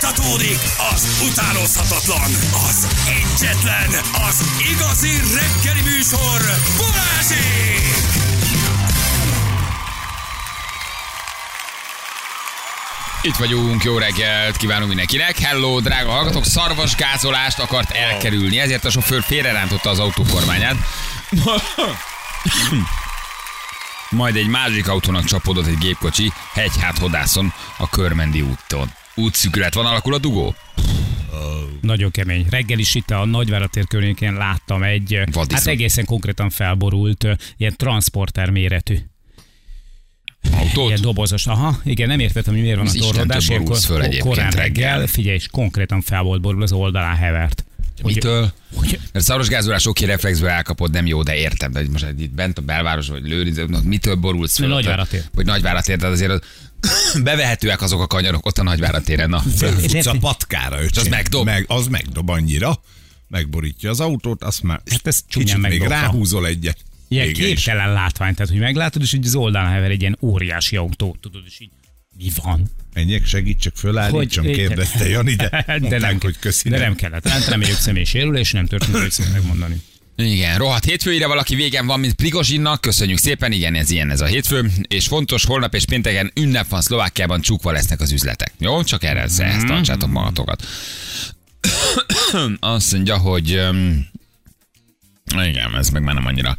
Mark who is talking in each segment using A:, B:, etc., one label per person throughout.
A: Fújtatódik az utánozhatatlan, az egyetlen, az igazi reggeli műsor, Balázsék!
B: Itt vagyunk, jó reggelt kívánunk mindenkinek. Hello, drága hallgatók, szarvasgázolást akart elkerülni, ezért a sofőr félrerántotta az autókormányát. Majd egy másik autónak csapódott egy gépkocsi hegyhát hodászon a Körmendi úton. Útszükület van, alakul a dugó?
C: Nagyon kemény. Reggel is itt a Nagyváratér környékén láttam egy,
B: Vadiszon.
C: hát egészen konkrétan felborult, ö, ilyen transporter méretű.
B: Autót?
C: Ilyen dobozos. Aha, igen, nem értettem, hogy miért van
B: Az
C: a
B: Istentől
C: torlódás.
B: borulsz
C: ilyenkor
B: föl
C: ko-
B: egyébként
C: korán reggel.
B: reggel.
C: Figyelj, és konkrétan fel volt borul, az oldalán hevert. Hogy,
B: Mitől?
C: Hogy,
B: Mert szaros gázolás oké reflexből elkapod, nem jó, de értem, de hogy most itt bent a belváros, vagy lőrinc, na, mitől borulsz fel?
C: Nagyváratér.
B: Vagy nagyváratér, tehát azért az, bevehetőek azok a kanyarok ott a nagyváratéren. Na.
C: És
D: Fölfutsz a
C: érti-
D: patkára, és
B: az megdob?
D: Meg, az megdob annyira, megborítja az autót, azt már
C: Hát ez csúnyán
D: kicsit még
C: megdobta.
D: ráhúzol egyet.
C: ilyen
D: Vége is.
C: képtelen látvány, tehát hogy meglátod, és így az oldalán hever egy ilyen óriási autó, tudod, és így mi van?
D: Menjek, segítsek fölállítsam,
C: Hogy-
D: Hát kérdezte Jani, de,
C: de, nem,
D: mondták, hogy köszi.
C: de nem kellett. Hát reméljük személy sérülés, nem történt, hogy szép megmondani.
B: Igen, rohadt hétfőire valaki végem van, mint Prigozsinnak. Köszönjük szépen, igen, ez ilyen ez a hétfő. És fontos, holnap és pénteken ünnep van Szlovákiában, csukva lesznek az üzletek. Jó, csak erre mm. ezt tartsátok magatokat. Azt mondja, hogy... öm, igen, ez meg már nem annyira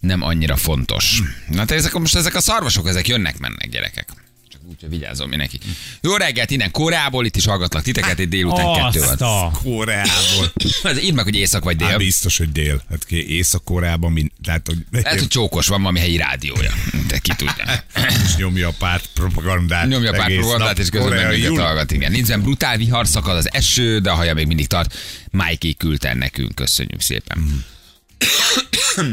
B: nem annyira fontos. Na te ezek, most ezek a szarvasok, ezek jönnek-mennek gyerekek. Csak úgy, hogy vigyázom mi neki. Jó reggelt innen Koreából, itt is hallgatlak titeket, itt délután kettő
C: Azt
B: van.
C: a...
D: Koreából.
B: Ez Írd meg, hogy észak vagy dél.
D: Hát biztos, hogy dél. Hát ki Észak-Koreában, mind, tehát, hogy
B: Lehet, hogy csókos van valami helyi rádiója. De ki tudja.
D: és nyomja a párt propagandát.
B: Nyomja pár
D: egész
B: programot,
D: nap.
B: és közben meg
D: Koreai
B: minket
D: Júli.
B: hallgat. Igen, nincsen brutál vihar, szakad az eső, de a haja még mindig tart. Mikey küldte nekünk, köszönjük szépen.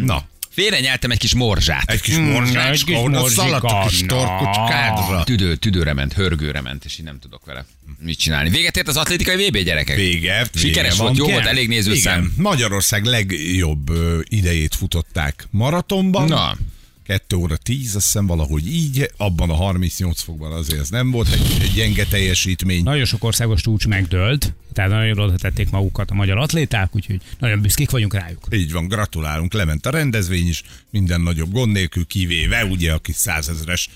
D: Na,
B: Félre nyeltem egy kis morzsát.
D: egy kis
C: egy kis
D: morzsácska, oda
C: morzsika,
D: szaladt a kis
C: na.
D: torkocskádra.
B: Tüdő, tüdőre ment, hörgőre ment, és így nem tudok vele mit csinálni. Véget ért az atlétikai VB gyerekek?
D: Véget.
B: Sikeres
D: vége
B: volt,
D: van.
B: jó
D: Igen.
B: volt, elég nézőszám.
D: Igen, Magyarország legjobb ö, idejét futották maratonban.
B: Na.
D: 2 óra 10, azt hiszem valahogy így, abban a 38 fokban azért ez nem volt egy, egy gyenge teljesítmény.
C: Nagyon sok országos csúcs megdőlt, tehát nagyon oda tették magukat a magyar atléták, úgyhogy nagyon büszkék vagyunk rájuk.
D: Így van, gratulálunk, lement a rendezvény is, minden nagyobb gond nélkül, kivéve ugye a kis százezres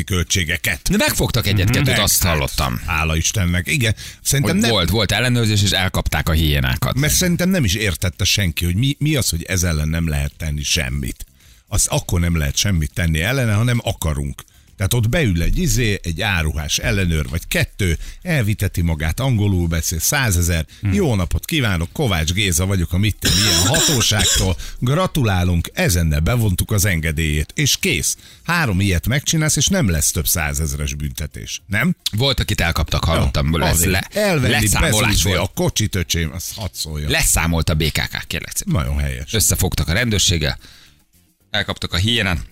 D: taxiköltségeket.
B: De megfogtak egyet-kettőt,
D: Meg,
B: azt
D: hát,
B: hallottam.
D: Hála Istennek, igen. Szerintem
B: Hogy
D: nem,
B: volt, volt ellenőrzés, és elkapták a hiénákat.
D: Mert szerintem nem is értette senki, hogy mi, mi az, hogy ez ellen nem lehet tenni semmit. Az akkor nem lehet semmit tenni ellene, ha nem akarunk. Tehát ott beül egy izé, egy áruhás ellenőr, vagy kettő, elviteti magát, angolul beszél, százezer, hmm. jó napot kívánok, Kovács Géza vagyok a mit milyen hatóságtól, gratulálunk, ezennel bevontuk az engedélyét, és kész. Három ilyet megcsinálsz, és nem lesz több százezeres büntetés, nem? Ah,
B: Volt, akit elkaptak, hallottam. lesz,
D: Azért.
B: le,
D: Elvenni,
B: leszámolás
D: bezúzni
B: volt.
D: a kocsit, öcsém, azt hadd szóljon.
B: Leszámolt a BKK, kérlek szépen.
D: Nagyon helyes.
B: összefogtak a rendőrséggel, elkaptak a hiénát,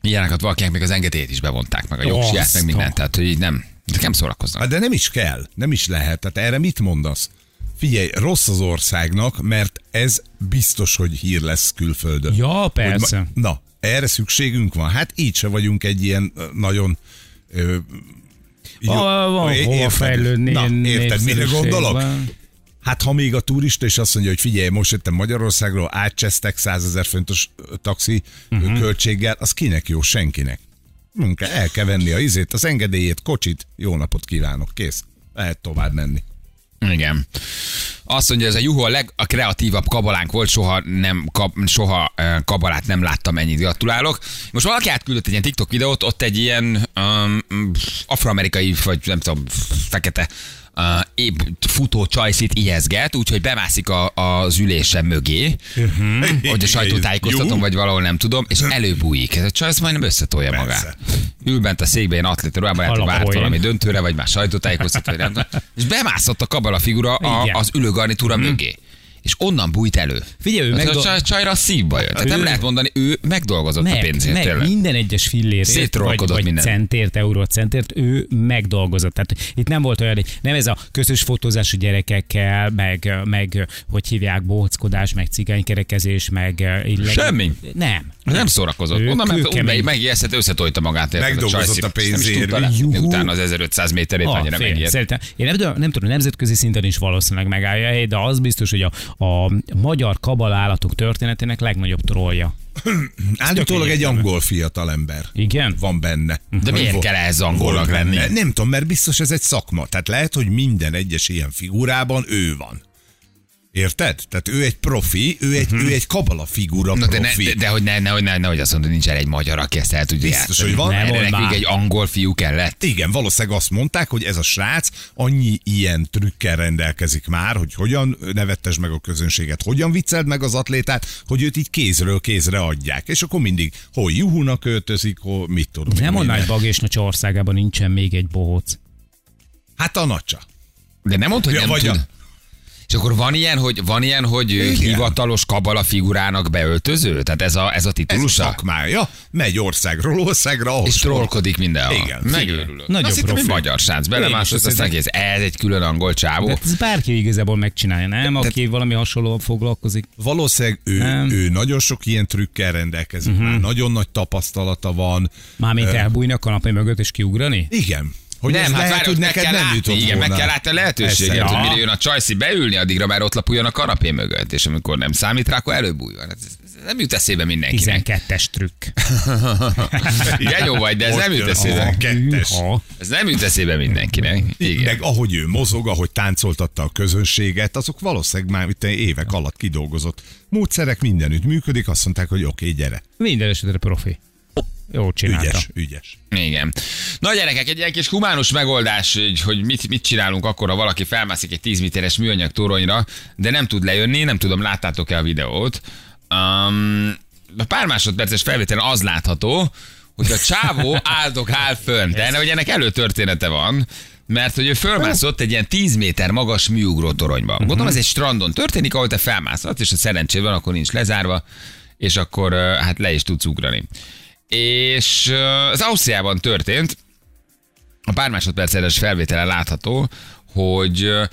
B: hiénákat valakinek még az engedélyét is bevonták, meg a jogsiát, meg
C: Azta.
B: mindent, tehát hogy így nem, ezek nem szórakoznak.
D: Hát de nem is kell, nem is lehet. Tehát erre mit mondasz? Figyelj, rossz az országnak, mert ez biztos, hogy hír lesz külföldön.
C: Ja,
D: Hogy ma-
C: persze.
D: Na, erre szükségünk van. Hát így se vagyunk egy ilyen ö, nagyon... Ö, jó-
C: Van- Ah, van
D: é-
C: hova fejlődni,
D: Na, érted, mire
C: népszerűség
D: gondolok?
C: van.
D: Hát ha még a turista is azt mondja, hogy figyelj, most jöttem Magyarországról, átcsesztek 100 ezer fontos taxi
C: Mhm.
D: uh-huh. költséggel, az kinek jó? Senkinek. Munka, el kell venni a izét, az engedélyét, kocsit, jó napot kívánok, kész. Lehet tovább menni.
B: Igen. Azt mondja, ez a Juho a, leg, a kreatívabb kabalánk volt, soha, nem, kab, soha eh, kabalát nem láttam ennyit, gratulálok. Most valaki átküldött egy ilyen TikTok videót, ott egy ilyen um, afroamerikai, vagy nem tudom, fekete uh, épp futó csajszit ijeszget, úgyhogy bemászik a, az ülése mögé, hogy a sajtótájékoztatom,
D: Mhm. Juhu. Hm.
B: vagy valahol nem tudom, és előbújik. Ez a csaj ezt majdnem összetolja
D: Persze.
B: magát. Ül bent a székben, ilyen atléta ruhában, lehet, hogy várt
C: Alapoén.
B: valami döntőre, vagy már sajtótájékoztató, vagy nem tudom. És bemászott a kabala figura a,
C: Igen. Mhm.
B: az ülőgarnitúra mögé. És és onnan bújt elő.
C: Figyelj, ő
B: meg a
C: megdol-
B: csaj, csajra a szívba jött. Tehát nem
C: Ő-
B: lehet mondani, ő megdolgozott a
C: meg,
B: pénzért.
C: meg
B: tényleg.
C: minden egyes fillérért, vagy,
B: Szétrolkodott
C: vagy
B: minden.
C: centért, eurócentért, ő megdolgozott. Tehát itt nem volt olyan, hogy nem ez a közös fotózás a gyerekekkel, meg, meg hogy hívják, bohockodás, meg cigánykerekezés, meg illeg...
B: Semmi.
C: Nem.
B: Nem szórakozott.
C: Ő
B: Onnan meg,
C: kőkemény.
B: meg, megijesztett, összetojta magát. érted,
D: Megdolgozott
B: csajszív.
D: a pénzért.
B: Nem is tudta látni
C: Juhú.
B: utána az 1500 méterét,
C: Ah,
B: annyira
C: fél.
B: megijedt.
C: Szerintem, én nem, tudom- nem tudom, nemzetközi szinten is valószínűleg megállja a helyét, de az biztos, hogy a, a magyar kabalállatok történetének legnagyobb trollja.
D: Állítólag egy angol fiatalember
C: Igen?
D: van benne.
B: De
D: Vagy
B: miért
D: vo-
B: kell ehhez angolnak
D: volt
B: lenni?
D: benne. Nem tudom, mert biztos ez egy szakma. Tehát lehet, hogy minden egyes ilyen figurában ő van. Érted? Tehát ő egy profi, ő egy, ő egy kabala figura
B: Mhm. Na, Hát de, ne,
D: profi.
B: de, de, hogy ne, ne, hogy ne, ne, hogy azt mondod, nincs erre egy magyar, aki ezt el tudja
D: Biztos,
B: játszani.
D: hogy van.
C: Nem,
B: Erre
C: mondd
B: nekünk
C: már.
B: egy angol fiú kellett.
D: Igen, valószínűleg azt mondták, hogy ez a srác annyi ilyen trükkel rendelkezik már, hogy hogyan nevettesd meg a közönséget, hogyan vicceld meg az atlétát, hogy őt így kézről kézre adják. És akkor mindig hol juhúnak öltözik, hol mit tudom. én,
C: Nem mondd,
D: minden.
C: hogy Bagésnacsa országában nincsen még egy bohóc.
D: Hát a nacsa.
B: De nem mondta, hogy
D: Ja,
B: nem
D: vagy
B: tud.
D: a-
B: És akkor van ilyen, hogy, van ilyen, hogy Igen. hivatalos kabala figurának beöltöző? Tehát ez a, ez a
D: Ez a
B: titulusa?
D: szakmája. Megy országról országra, ahol
B: és trollkodik mindenhol.
D: Igen.
B: Megőrülök.
C: Nagyobb
B: Azt hittem, hogy
C: profi.
B: magyar srác.
C: Én is
B: Belemászott,
C: azt
B: aztán kész. Ez egy külön angol csávó.
C: Tehát ez bárki igazából megcsinálja, nem? Aki valami hasonlóan foglalkozik.
D: Valószínűleg ő,
C: Nem.
D: ő nagyon sok ilyen trükkel rendelkezik,
B: Mhm.
D: uh-huh. már nagyon nagy tapasztalata van.
C: Mármint elbújni a kanapé mögött és kiugrani?
D: Igen. Hogy
B: nem,
D: ez
B: hát
D: lehet,
B: várj,
D: hogy
B: meg
D: neked
B: kell
D: nem
B: látni,
D: jutott
B: Igen,
D: volna.
B: meg kell látni a lehetőséget,
D: Persze.
B: hogy
C: Ja.
B: mire jön a csajszi beülni, addigra már ott lapuljon a kanapé mögött, és amikor nem számít rá, akkor előbújjon. Hát ez- ez nem jut eszébe mindenkinek.
C: 12-es trükk.
B: Igen, jó vagy, de ez
D: Ott
B: nem jut
D: jön.
B: eszébe.
D: Aha. kettes.
C: Hűha.
B: Ez nem jut eszébe mindenkinek. Igen.
D: Meg ahogy ő mozog, ahogy táncoltatta a közönséget, azok valószínűleg már itt évek alatt kidolgozott módszerek mindenütt működik, azt mondták, hogy oké, okay, gyere.
C: Minden esetre profi. Jó csinálta.
D: Ügyes, ügyes.
B: Igen. Na gyerekek, egy ilyen kis humánus megoldás, hogy- hogy mit, mit csinálunk akkor, ha valaki felmászik egy 10 méteres műanyag toronyra, de nem tud lejönni, nem tudom, láttátok-e a videót. Um, a pár másodperces felvételen az látható, hogy a csávó áldog áll fönn, de hogy ennek előtörténete van, mert hogy ő fölmászott egy ilyen 10 méter magas műugró toronyba. Gondolom ez egy strandon történik, ahol te felmászhatsz, és a szerencséd van, akkor nincs lezárva, és akkor ö, hát le is tudsz ugrani és ö, az Ausztriában történt, a pár másodperces felvételen látható, hogy ö,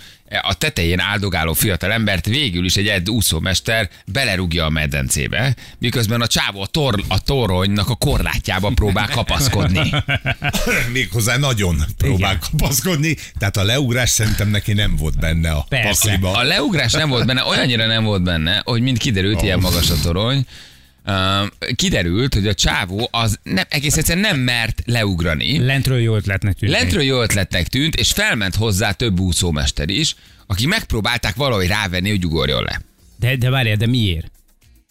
B: a tetején áldogáló fiatal embert végül is egy edd úszómester belerúgja a medencébe, miközben a csávó a, tor- a toronynak a korlátjába próbál kapaszkodni.
D: Méghozzá nagyon próbál kapaszkodni, tehát a leugrás szerintem neki nem volt benne a
C: Persze.
D: pakliba.
B: A leugrás nem volt benne, olyannyira nem volt benne, hogy mind kiderült, ilyen magas a torony. Ö, Kiderült, hogy a csávó az nem, egész egyszerűen nem mert leugrani.
C: Lentről jó ötletnek tűnik.
B: Lentről jó ötletnek tűnt, és felment hozzá több úszómester is, akik megpróbálták valahogy rávenni, hogy ugorjon le.
C: De, de várjál, de miért?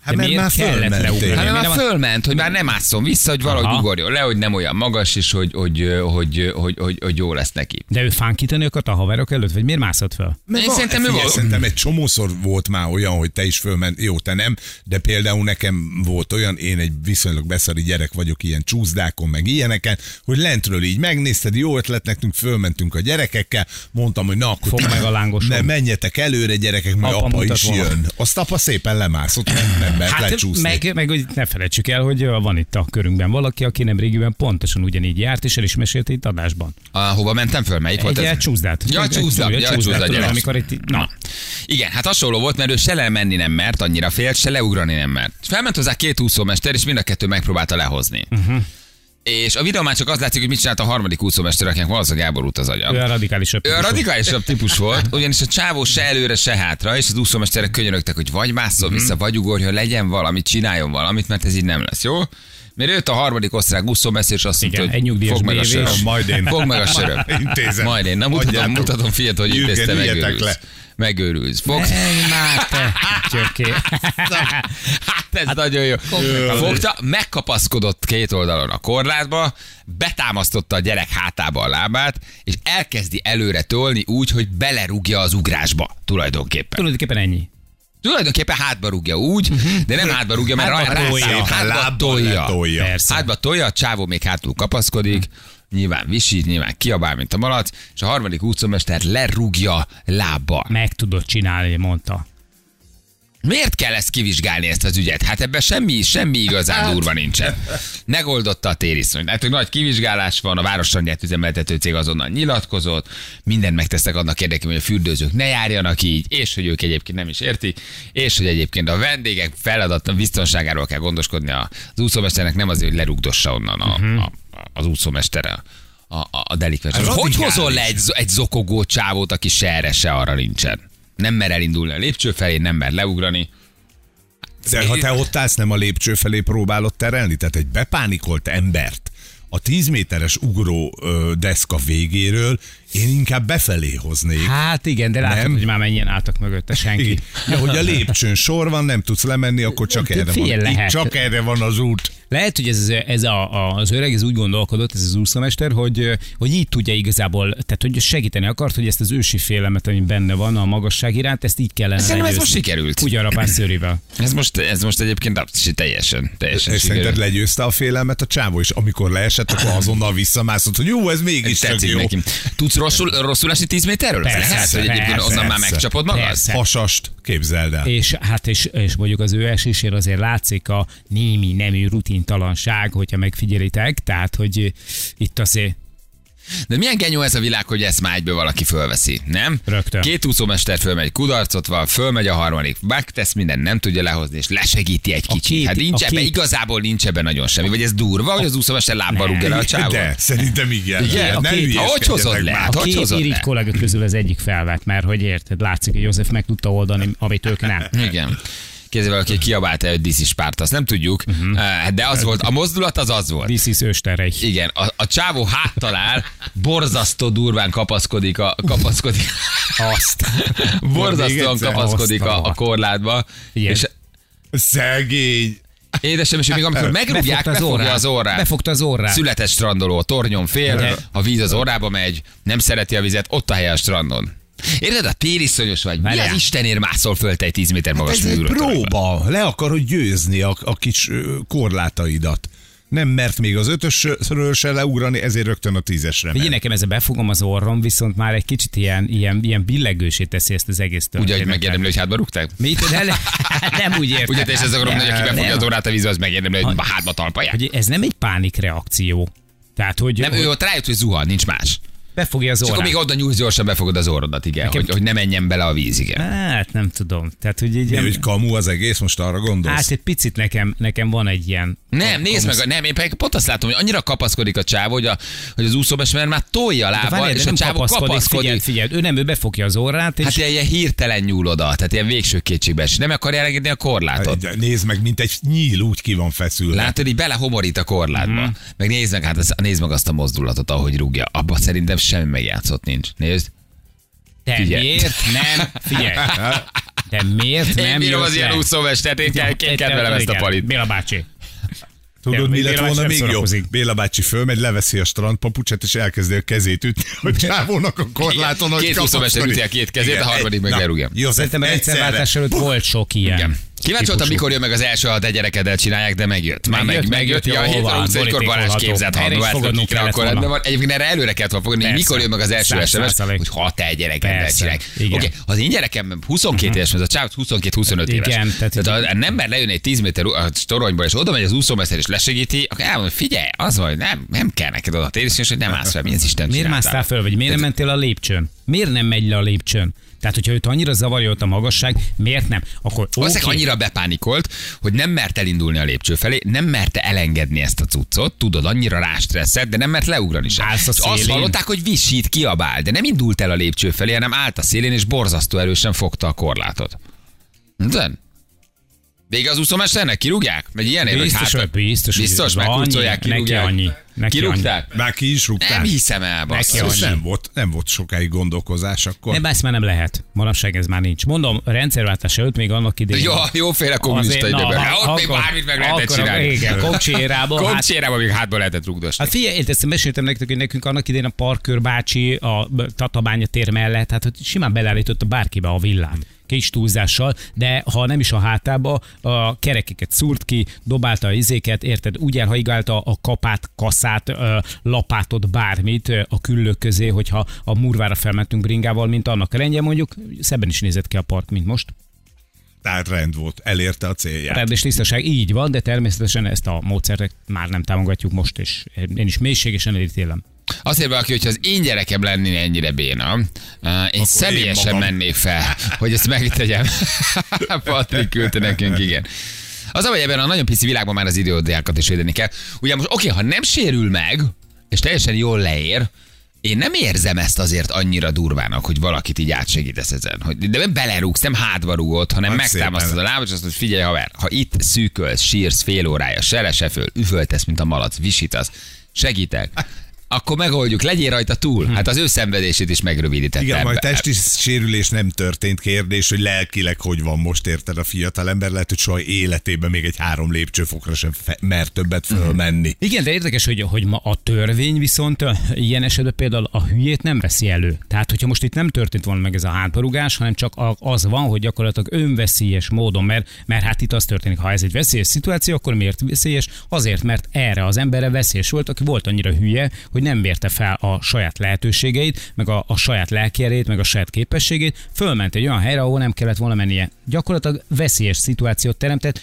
D: Hát mert
C: miért
D: már
C: kellett
D: fölmentél.
C: leugrani?
B: Hát
C: mi
B: mert
C: nem
B: már
C: a-
B: fölment, hogy már nem ásszon vissza, hogy valahogy
C: Aha.
B: ugorjon le, hogy nem olyan magas, és hogy, hogy, hogy, hogy, hogy, hogy jó lesz neki.
C: De ő fánkítani akart a haverok előtt, vagy miért mászott fel?
D: Meg Hát,
B: Én
D: van-
B: szerintem ő
D: figyelj,
B: volt-
D: szerintem egy csomószor volt már olyan, hogy te is fölment, jó, te nem, de például nekem volt olyan, én egy viszonylag beszari gyerek vagyok ilyen csúszdákon, meg ilyeneken, hogy lentről így megnézted, jó ötlet nekünk, fölmentünk a gyerekekkel, mondtam, hogy na akkor
C: Fogd meg a lángosom.
D: Ne, menjetek előre gyerekek, mert
C: Apa
D: apa, apa
C: mutat
D: is
C: valamit.
D: jön. Azt apa szépen lemászott, nem, nem mert hát, lecsúszni. Meg...
C: meg, meg hogy ne felejtsük el, hogy ö, van itt a körünkben valaki, aki nem régiben pontosan ugyanígy járt, és el is mesélte itt adásban.
B: Ah, hova mentem föl? Melyik volt
C: Egy
B: ez?
C: ilyen csúszdát.
B: Ja,
C: Egy- egy
B: csúszda,
C: csúszda,
B: ja, csúszda,
C: tudod,
B: gyere.
C: amikor itt- na.
B: Igen, hát hasonló volt, mert ő se lemenni nem mert, annyira félt, se leugrani nem mert. És Felment hozzá két úszómester, és mind a kettő megpróbálta lehozni.
C: Mhm.
B: Uh-huh. És a videón már csak az látszik, hogy mit csinált a harmadik úszómester, akinek valószínűleg elborult az agya.
C: Ő a radikálisabb.
B: Ő a
C: típusú.
B: radikálisabb típus volt, ugyanis a csávó se előre, se hátra, és az úszómesterek könyörögtek, hogy vagy másszol vissza, vagy ugorjon, legyen valami, csináljon valamit, mert ez így nem lesz, jó? Mert jött a harmadik osztrák úszómester, és azt
C: Igen,
B: mondta, hogy
C: egy nyugdíjas
B: fog meg a
C: BV-s.
B: söröm.
D: Majd én.
B: Fog meg a söröm.
D: Intézem.
B: Majd én. Na mutatom,
D: Adjátok.
B: mutatom fiat, hogy
D: Jürgen,
B: intézte,
D: üljetek
B: megőrülsz.
D: le.
B: Megőrülsz. Fogsz.
C: Ej, már te, csöké.
B: Hát ez hát, nagyon jó. Fogta, megkapaszkodott két oldalon a korlátba, betámasztotta a gyerek hátába a lábát, és elkezdi előre tolni úgy, hogy belerúgja az ugrásba tulajdonképpen.
C: Tulajdonképpen ennyi.
B: Tulajdonképpen hátba rúgja úgy, de nem hátba rúgja, mert
C: Hátba
B: rá-
C: tolja.
B: rászáll, hátba
D: Lábbal
B: tolja.
D: letolja.
C: Persze.
B: Hátba tolja, a csávó még hátul kapaszkodik, nyilván visít, nyilván kiabál, mint a malac, és a harmadik útszomester lerúgja lábbal.
C: Meg tudod csinálni, mondta.
B: Miért kell ezt kivizsgálni, ezt az ügyet? Hát ebben semmi, semmi igazán hát. durva nincsen. Megoldotta a tériszonyt. Hát, hogy nagy kivizsgálás van, a városrendját üzemeltető cég azonnal nyilatkozott, mindent megtesznek annak érdekében, hogy a fürdőzők ne járjanak így, és hogy ők egyébként nem is értik, és hogy egyébként a vendégek feladat biztonságáról kell gondoskodni az úszómesternek, nem azért, hogy lerugdossa onnan a, a, az úszómestere a, a, a delikvens.
D: Mhm. Hát
B: Hogy
D: radikális.
B: hozol le egy, zo- egy zokogó csávót, aki se erre, se arra nincsen? Nem mer elindulni a lépcső felé, nem mer leugrani.
D: De ha te ott állsz, nem a lépcső felé próbálod terelni? Tehát egy bepánikolt embert a 10 méteres ugró ö, deszka végéről én inkább befelé hoznék.
C: Hát igen, de látod,
D: Nem.
C: hogy már mennyien álltak mögötte senki.
D: Igen. Ja, hogy a lépcsőn sor van, nem tudsz lemenni, akkor csak
C: Figyelj,
D: erre van.
C: lehet.
D: Itt csak erre van az út.
C: Lehet, hogy ez, ez a, a, az öreg ez úgy gondolkodott, ez az úszomester, hogy, hogy így tudja igazából, tehát hogy segíteni akart, hogy ezt az ősi félelmet, ami benne van a magasság iránt, ezt így kellene
B: Szerintem ez most
C: legyőzni.
B: sikerült.
C: Úgy arra pár szőrivel.
B: Ez most, ez most egyébként abszolút teljesen, teljesen
D: És szerinted
B: sikerült.
D: legyőzte a félelmet a csávó, és amikor leesett, akkor azonnal visszamászott, hogy jó, ez mégis csak
B: Tetszik
D: jó.
B: neki. Tudsz rosszul, rosszul esni 10 méterről?
C: Persze,
B: Lehet, hogy egyébként
C: persze,
B: onnan már
D: persze.
B: megcsapod magad?
C: Persze.
D: Hasast, képzeld el.
C: És hát és, és mondjuk az ő esésén azért látszik a némi nemű rutintalanság, hogyha megfigyelitek, tehát hogy itt azért
B: De milyen genyó ez a világ, hogy ezt már egyből valaki fölveszi, nem?
C: Rögtön.
B: Két úszómester fölmegy, kudarcot van, fölmegy a harmadik, megtesz minden, nem tudja lehozni, és lesegíti egy kicsit.
C: két-
B: hát nincs
C: a
B: ebben,
C: két-
B: igazából nincs ebben nagyon semmi. Vagy ez durva, hogy az úszómester lábbal rúgja le a csávon?
D: De, szerintem igen.
B: Igen,
D: Ne
C: oké.
D: hülyéskedjetek
B: Ahogy hozod le?
D: már.
B: Hát
C: a
B: hogy
C: két
B: hozod
C: irigy
B: le?
C: kollega közül az egyik felvett, mert hogy érted, látszik, hogy József meg tudta oldani, amit ők nem.
B: Igen. Kézzel aki kiabálta egy diszis párt, azt nem tudjuk, eh, de az volt, a mozdulat az az volt.
C: This is Österreich.
B: Igen, a, a csávó háttal áll, borzasztó durván kapaszkodik a... Kapaszkodik. Azt.
D: Még
B: Borzasztóan
D: egyszer,
B: kapaszkodik
C: azt
B: a,
C: a
B: a
C: rohadt.
B: korlátba.
C: Igen.
B: És
D: Szegény.
B: édesem, és még amikor megrúgják,
C: Befogta az
B: befogja
C: órát.
B: az órát.
C: Befogta az órát.
B: Született strandoló, a tornyon fél,
C: Igen.
B: a víz az órába megy, nem szereti a vizet, ott a helye a strandon. Érted, a tériszonyos vagy. Mi
C: Várjál.
B: az Istenért mászol föl te egy 10 méter magas
D: Ez egy
B: műről toronyba?
D: próba. Le akarod győzni a, a kis ö, korlátaidat. Nem mert még az ötösről se leugrani, ezért rögtön a tízesre
C: Figyelj,
D: ment.
C: nekem ezzel befogom az orrom, viszont már egy kicsit ilyen, ilyen, ilyen billegősé teszi ezt az egész
B: Ugye, hogy
C: történetet.
B: megérdemli, hogy hátba rúgták?
C: Mit? De ne, nem úgy értem.
B: Ugye, te is ez akarom, hogy aki
C: Nem,
B: befogja
C: nem.
B: az órát a vízbe, az megérdemli, hogy hátba talpalják.
C: Hogy ez nem egy pánikreakció. Tehát, hogy,
B: Nem,
C: hogy
B: ő ott rájött, hogy zuhan, nincs más.
C: befogja az
B: És akkor
C: orrát.
B: még oda nyúlsz, gyorsan befogod az orrodat, igen,
C: Nekem-
B: hogy, hogy ne menjen bele a víz, igen.
C: Hát nem tudom. Tehát, hogy így...
D: Mi, hogy kamu az egész, most arra gondolsz?
C: Hát egy picit nekem, nekem van egy ilyen...
B: Nem, nézd meg, a- nem, én pedig pont azt látom, hogy annyira kapaszkodik a csávó, hogy, a, hogy az úszómester már tolja a
C: De
B: lábbal,
C: várjál, de
B: és a
C: nem
B: csávó
C: kapaszkodik, Figyeld,
B: kapaszkodik.
C: figyeld, ő nem, ő befogja az orrát, és...
B: Hát ilyen, ilyen hirtelen nyúl oda, tehát ilyen végső kétségbe és nem akarja elengedni a korlátot.
D: De Hát, Nézd meg, mint egy nyíl úgy ki van feszülve.
B: Látod, így belehomorít a korlátba. Meg nézd meg, hát az, nézd meg azt a mozdulatot, ahogy rúgja. Abba szerintem semmi megjátszott nincs. Nézd.
C: De
B: Figyelj.
C: miért nem? Figyelj. De miért
B: Én
C: nem
B: bírom
C: jött
B: az ilyen
C: le?
B: úszómestert, én kell-
C: Egy-
B: én kedvelem ezt a
C: igen.
B: palit.
C: Béla bácsi.
D: Tudod, mi
C: Béla
D: lett
C: bácsi
D: volna
C: nem
D: még jobb?
C: szórakozik.
D: Béla bácsi fölmegy, leveszi a strandpapucsát, és elkezdi a kezét ütni a csávónak a korláton,
B: Igen,
D: hogy
B: két
D: kapaszkodik.
B: úszómester üti a két kezét, a
D: Igen,
B: harmadik
D: egy-
B: meg
D: na,
B: lerúgja.
D: József,
C: Szerintem a
D: egyszerre.
C: rendszerváltás előtt volt sok ilyen.
B: Igen. Kíváncsi voltam,
C: típusú.
B: mikor jön meg az első, ha te gyerekeddel csinálják, de megjött. Már megjött, megjött.
C: Megjött, megjött,
B: megjött
C: jó,
B: ja, hétfőn
C: hol van,
B: utcai kor
C: borítékolható.
B: Balázs képzett
C: Erre is
B: hangovát,
C: fogadnunk
B: akikre
C: kellett
B: akkor
C: volna.
B: rendben van. Egyébként erre előre kellett volna fogni, hogy
C: Persze.
B: mikor jön meg az első
C: Száz
B: SMS,
C: százalék.
B: hogy ha te gyerekeddel
C: Persze.
B: csinálják. Oké,
C: Igen. Mhm.
B: ha az én gyerekem 22 éves, ez a csáv 22-25 éves.
C: Igen, tehát
B: tehát ha nem mer lejön egy 10 méter a toronyba, és oda megy az úszómester, és lesegíti, akkor elmondom, hogy figyelj, az vagy, nem, nem kell neked oda térni, és hogy nem állsz fel, mi az Isten
C: Miért
B: csináltál?
C: másztál föl, vagy miért nem mentél a lépcsőn? Miért nem megy le a lépcsőn? Tehát, hogyha őt annyira zavarja ott a magasság, miért nem? Akkor oké.
B: Valószínűleg annyira bepánikolt, hogy nem mert elindulni a lépcső felé, nem merte elengedni ezt a cuccot, tudod, annyira rástresszed, de nem mert leugrani sem.
C: Állsz a
B: És azt
C: szélén.
B: hallották, hogy visít, kiabál, de nem indult el a lépcső felé, hanem állt a szélén, és borzasztó erősen fogta a korlátot. De? Vége az úszómesternek? Kirúgják? Vagy ilyen ér,
C: Biztos,
B: hogy hát
C: hogy biztos, hogy
B: Biztos,
C: ez annyi,
B: megkurcolják,
C: neki
B: kirúgják.
C: annyi, neki
B: Kirúgták?
D: Már ki is rúgták.
B: Nem hiszem el, basszus.
C: annyi.
D: Ez nem volt, nem volt sokáig gondolkozás akkor.
C: Nem, ezt már nem lehet. Manapság ez már nincs. Mondom, a rendszerváltás előtt még annak idején.
B: Jó, jóféle kommunista
C: Azért, na,
B: időben.
C: ha-
B: Hát Ott még
C: akkor-
B: bármit meg lehetett
C: akkor-
B: csinálni.
C: Igen, komcsérában. hát-
B: Komcsérában még hátba lehetett rugdosni.
C: Hát figyelj, én ezt meséltem nektek, hogy nekünk annak idején a parkőr bácsi a Tatabánya tér mellett, hát hogy simán belállította bárkibe a villát. Kis túlzással, de ha nem is a hátába, a kerekeket szúrt ki, dobálta a izéket, érted? Úgy elhaigálta a kapát, kaszát, ö, lapátot, bármit ö, a küllők közé, hogyha a murvára felmentünk bringával, mint annak rendje mondjuk, szebben is nézett ki a park, mint most.
D: tehát rend volt, elérte a célját.
C: Rend és tisztaság így van, de természetesen ezt a módszert már nem támogatjuk most, és én is mélységesen elítélem.
B: Azt ér valaki, hogyha az én gyerekem lenni ennyire béna, uh, én Akkor személyesen én magam. mennék fel, hogy ezt megtegyem. Patrik küldte nekünk, igen. Az a baj, ebben a nagyon pici világban már az idődiákat is védeni kell. Ugye most oké, ha nem sérül meg, és teljesen jól leér, én nem érzem ezt azért annyira durvának, hogy valakit így átsegítesz ezen. Hogy, de nem belerúgsz, nem hátba rúgod, hanem
D: Hát
B: hát megtámasztod a
D: szépen.
B: lábad, és azt mondod, figyelj haver, ha itt szűkölsz, sírsz fél órája, sele se föl, üvöltesz, mint a malac, visítasz, segítek, akkor megoldjuk, legyél rajta túl. Hát az ő szenvedését is megrövidítettem.
D: Hm. Igen, majd testi sérülés nem történt kérdés, hogy lelkileg hogy van most érted a fiatal ember, lehet, hogy soha életében még egy három lépcsőfokra sem fe- mer többet fölmenni.
C: Igen, de érdekes, hogy, hogy ma a törvény viszont ö, ilyen esetben például a hülyét nem veszi elő. Tehát, hogyha most itt nem történt volna meg ez a hátbarugás, hanem csak a- az van, hogy gyakorlatilag önveszélyes módon, mert, mert hát itt az történik, ha ez egy veszélyes szituáció, akkor miért veszélyes? Azért, mert erre az emberre veszélyes volt, aki volt annyira hülye, hogy nem mérte fel a saját lehetőségeit, meg a, a saját lelkierét, meg a saját képességét, fölment egy olyan helyre, ahol nem kellett volna mennie. Gyakorlatilag veszélyes szituációt teremtett,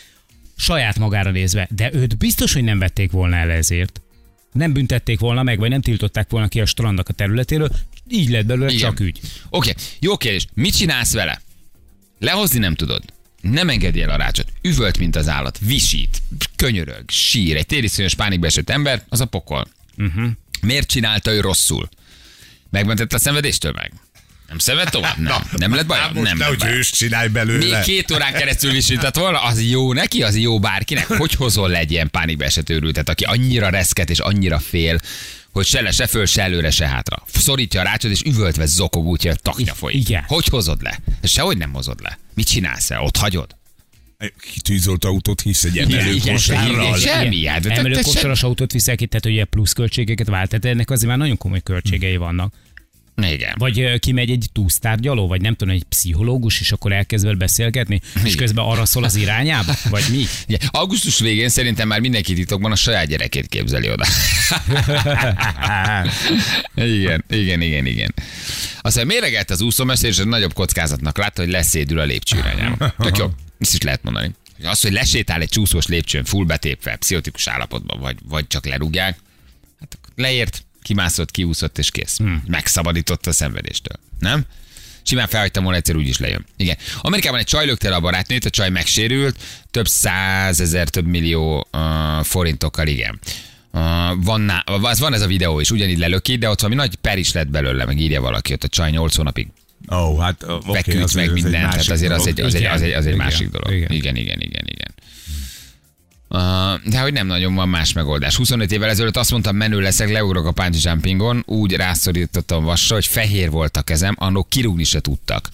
C: saját magára nézve, de őt biztos, hogy nem vették volna el ezért. Nem büntették volna meg, vagy nem tiltották volna ki a strandnak a területéről, így lett belőle
B: Igen.
C: Igen. csak ügy.
B: Oké, okay. jó kérdés. Mit csinálsz vele? Lehozni nem tudod. Nem engedi el a rácsot. Üvölt, mint az állat. Visít, könyörög, sír. Egy tériszonyos pánikba esett ember, az a pokol.
D: Mhm.
B: Uh-huh. Miért csinálta ő rosszul? Megmentette a szenvedéstől meg? Nem szenved tovább? Nem. Nem lett bajom?
D: Hát most
B: Nem
D: ne,
B: lett
D: hogy
B: bajom.
D: hős csinálj
B: Még
D: belőle.
B: két órán keresztül visített volna, az jó neki, az jó bárkinek. Hogy hozol le egy ilyen pánikba esett őrültet, aki annyira reszket és annyira fél, hogy se le, se föl, se előre, se hátra. Szorítja a rácsot, és üvöltve zokog, úgyhogy a taknya
C: I-
B: folyik.
C: igen.
B: Hogy hozod le? Sehogy nem hozod le. Mit csinálsz el? Ott hagyod?
D: Kitűzolt autót hisz egy emelőkosárral.
B: igen, igen. Semmi, hát, te- te
C: Emelőkosaras autót viszel itt, tehát ugye plusz költségeket vált, tehát ennek azért már nagyon komoly költségei vannak.
B: Igen.
C: Vagy ö, kimegy egy túsztárgyaló, vagy nem tudom, egy pszichológus, és akkor elkezd vele beszélgetni, és
B: Igen.
C: közben arra szól az irányába, vagy mi?
B: Ugye, augusztus végén szerintem már mindenki titokban a saját gyerekét képzeli oda. igen, igen, igen, igen. Aztán méregelt az úszómester, és egy nagyobb kockázatnak látta, hogy leszédül a lépcső irányába. Tök jó, ezt is lehet mondani. Az, hogy lesétál egy csúszós lépcsőn, full betépve, pszichotikus állapotban, vagy, vagy csak lerúgják, hát akkor leért, kimászott, kiúszott, és kész. Hmm. Megszabadította a szenvedéstől. Nem? Simán felhagytam volna, egyszer úgy is lejön. Igen. Amerikában egy csaj lökte le a barátnőt, a csaj megsérült, több százezer, több millió uh, forintokkal, igen. Uh, van, ná- az van ez a videó is, ugyanígy lelöki, de ott valami nagy per is lett belőle, meg írja valaki ott a csaj 8 hónapig
D: Ó, oh, hát ö, oké,
B: feküdt
D: azért
B: okay, meg
D: ez egy
B: mindent, tehát
D: másik
B: azért az
D: dolog.
B: egy, az egy, az egy, az egy
C: Igen,
B: másik dolog. Igen, igen,
C: igen.
B: igen, igen. igen. Uh, de hogy nem nagyon van más megoldás. 25 évvel ezelőtt azt mondtam, menő leszek, leugrok a punch jumpingon, úgy rászorítottam vasra, hogy fehér volt a kezem, annó kirúgni se tudtak.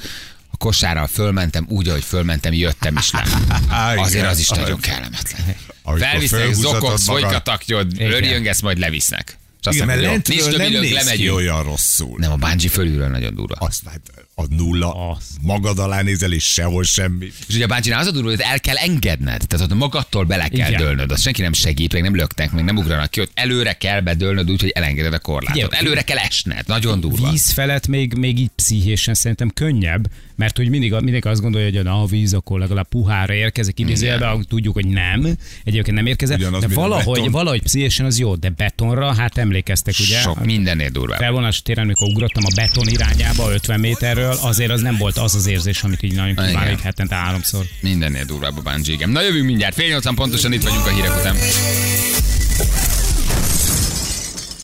B: A kosárral fölmentem, úgy, ahogy fölmentem, jöttem is le.
D: Á, igen.
B: Azért az is nagyon kellemetlen.
D: Amikor
B: Felvisznek,
D: fölhúzatod
B: zokogsz,
D: magad.
B: folykataktyod,
C: Igen.
B: örjöngesz, majd levisznek. És azt
D: Igen, mert
B: mondom, jó, nincs
D: lentről
B: több
D: nem
B: időnk,
D: néz ki
B: lemegyünk.
D: olyan rosszul.
B: Nem, a bungee fölülről nagyon durva.
D: Azt hát a nulla,
C: Azt.
D: magad alá nézel, és sehol semmi.
B: És ugye a bácsinál az a durva, hogy el kell engedned. Tehát ott magadtól bele kell Igen.
C: Igen.
B: dőlnöd. Azt senki nem segít, meg nem löknek, meg nem ugranak ki. Ott előre kell bedőlnöd úgy, hogy elengeded a korlátot.
C: Figyelj,
B: Előre kell esned. Nagyon durva.
C: Víz felett még, még így pszichésen szerintem könnyebb, mert hogy mindig, mindig azt gondolja, hogy na, a víz akkor legalább puhára érkezik, idézőjelben ahogy tudjuk, hogy nem, egyébként nem érkezett,
D: Ugyanaz,
C: de
D: mint a
C: valahogy,
D: beton.
C: valahogy pszichésen az jó, de betonra, hát emlékeztek, ugye?
B: Sok mindennél durvább.
C: felvonás téren, amikor ugrottam a beton irányába 50 méterről, azért az nem volt az az érzés, amit így nagyon
B: Igen.
C: kívánok hetente háromszor.
B: Mindennél durvább a bungee. Igen. Na jövünk mindjárt. Fél nyolcan pontosan itt vagyunk a hírek után.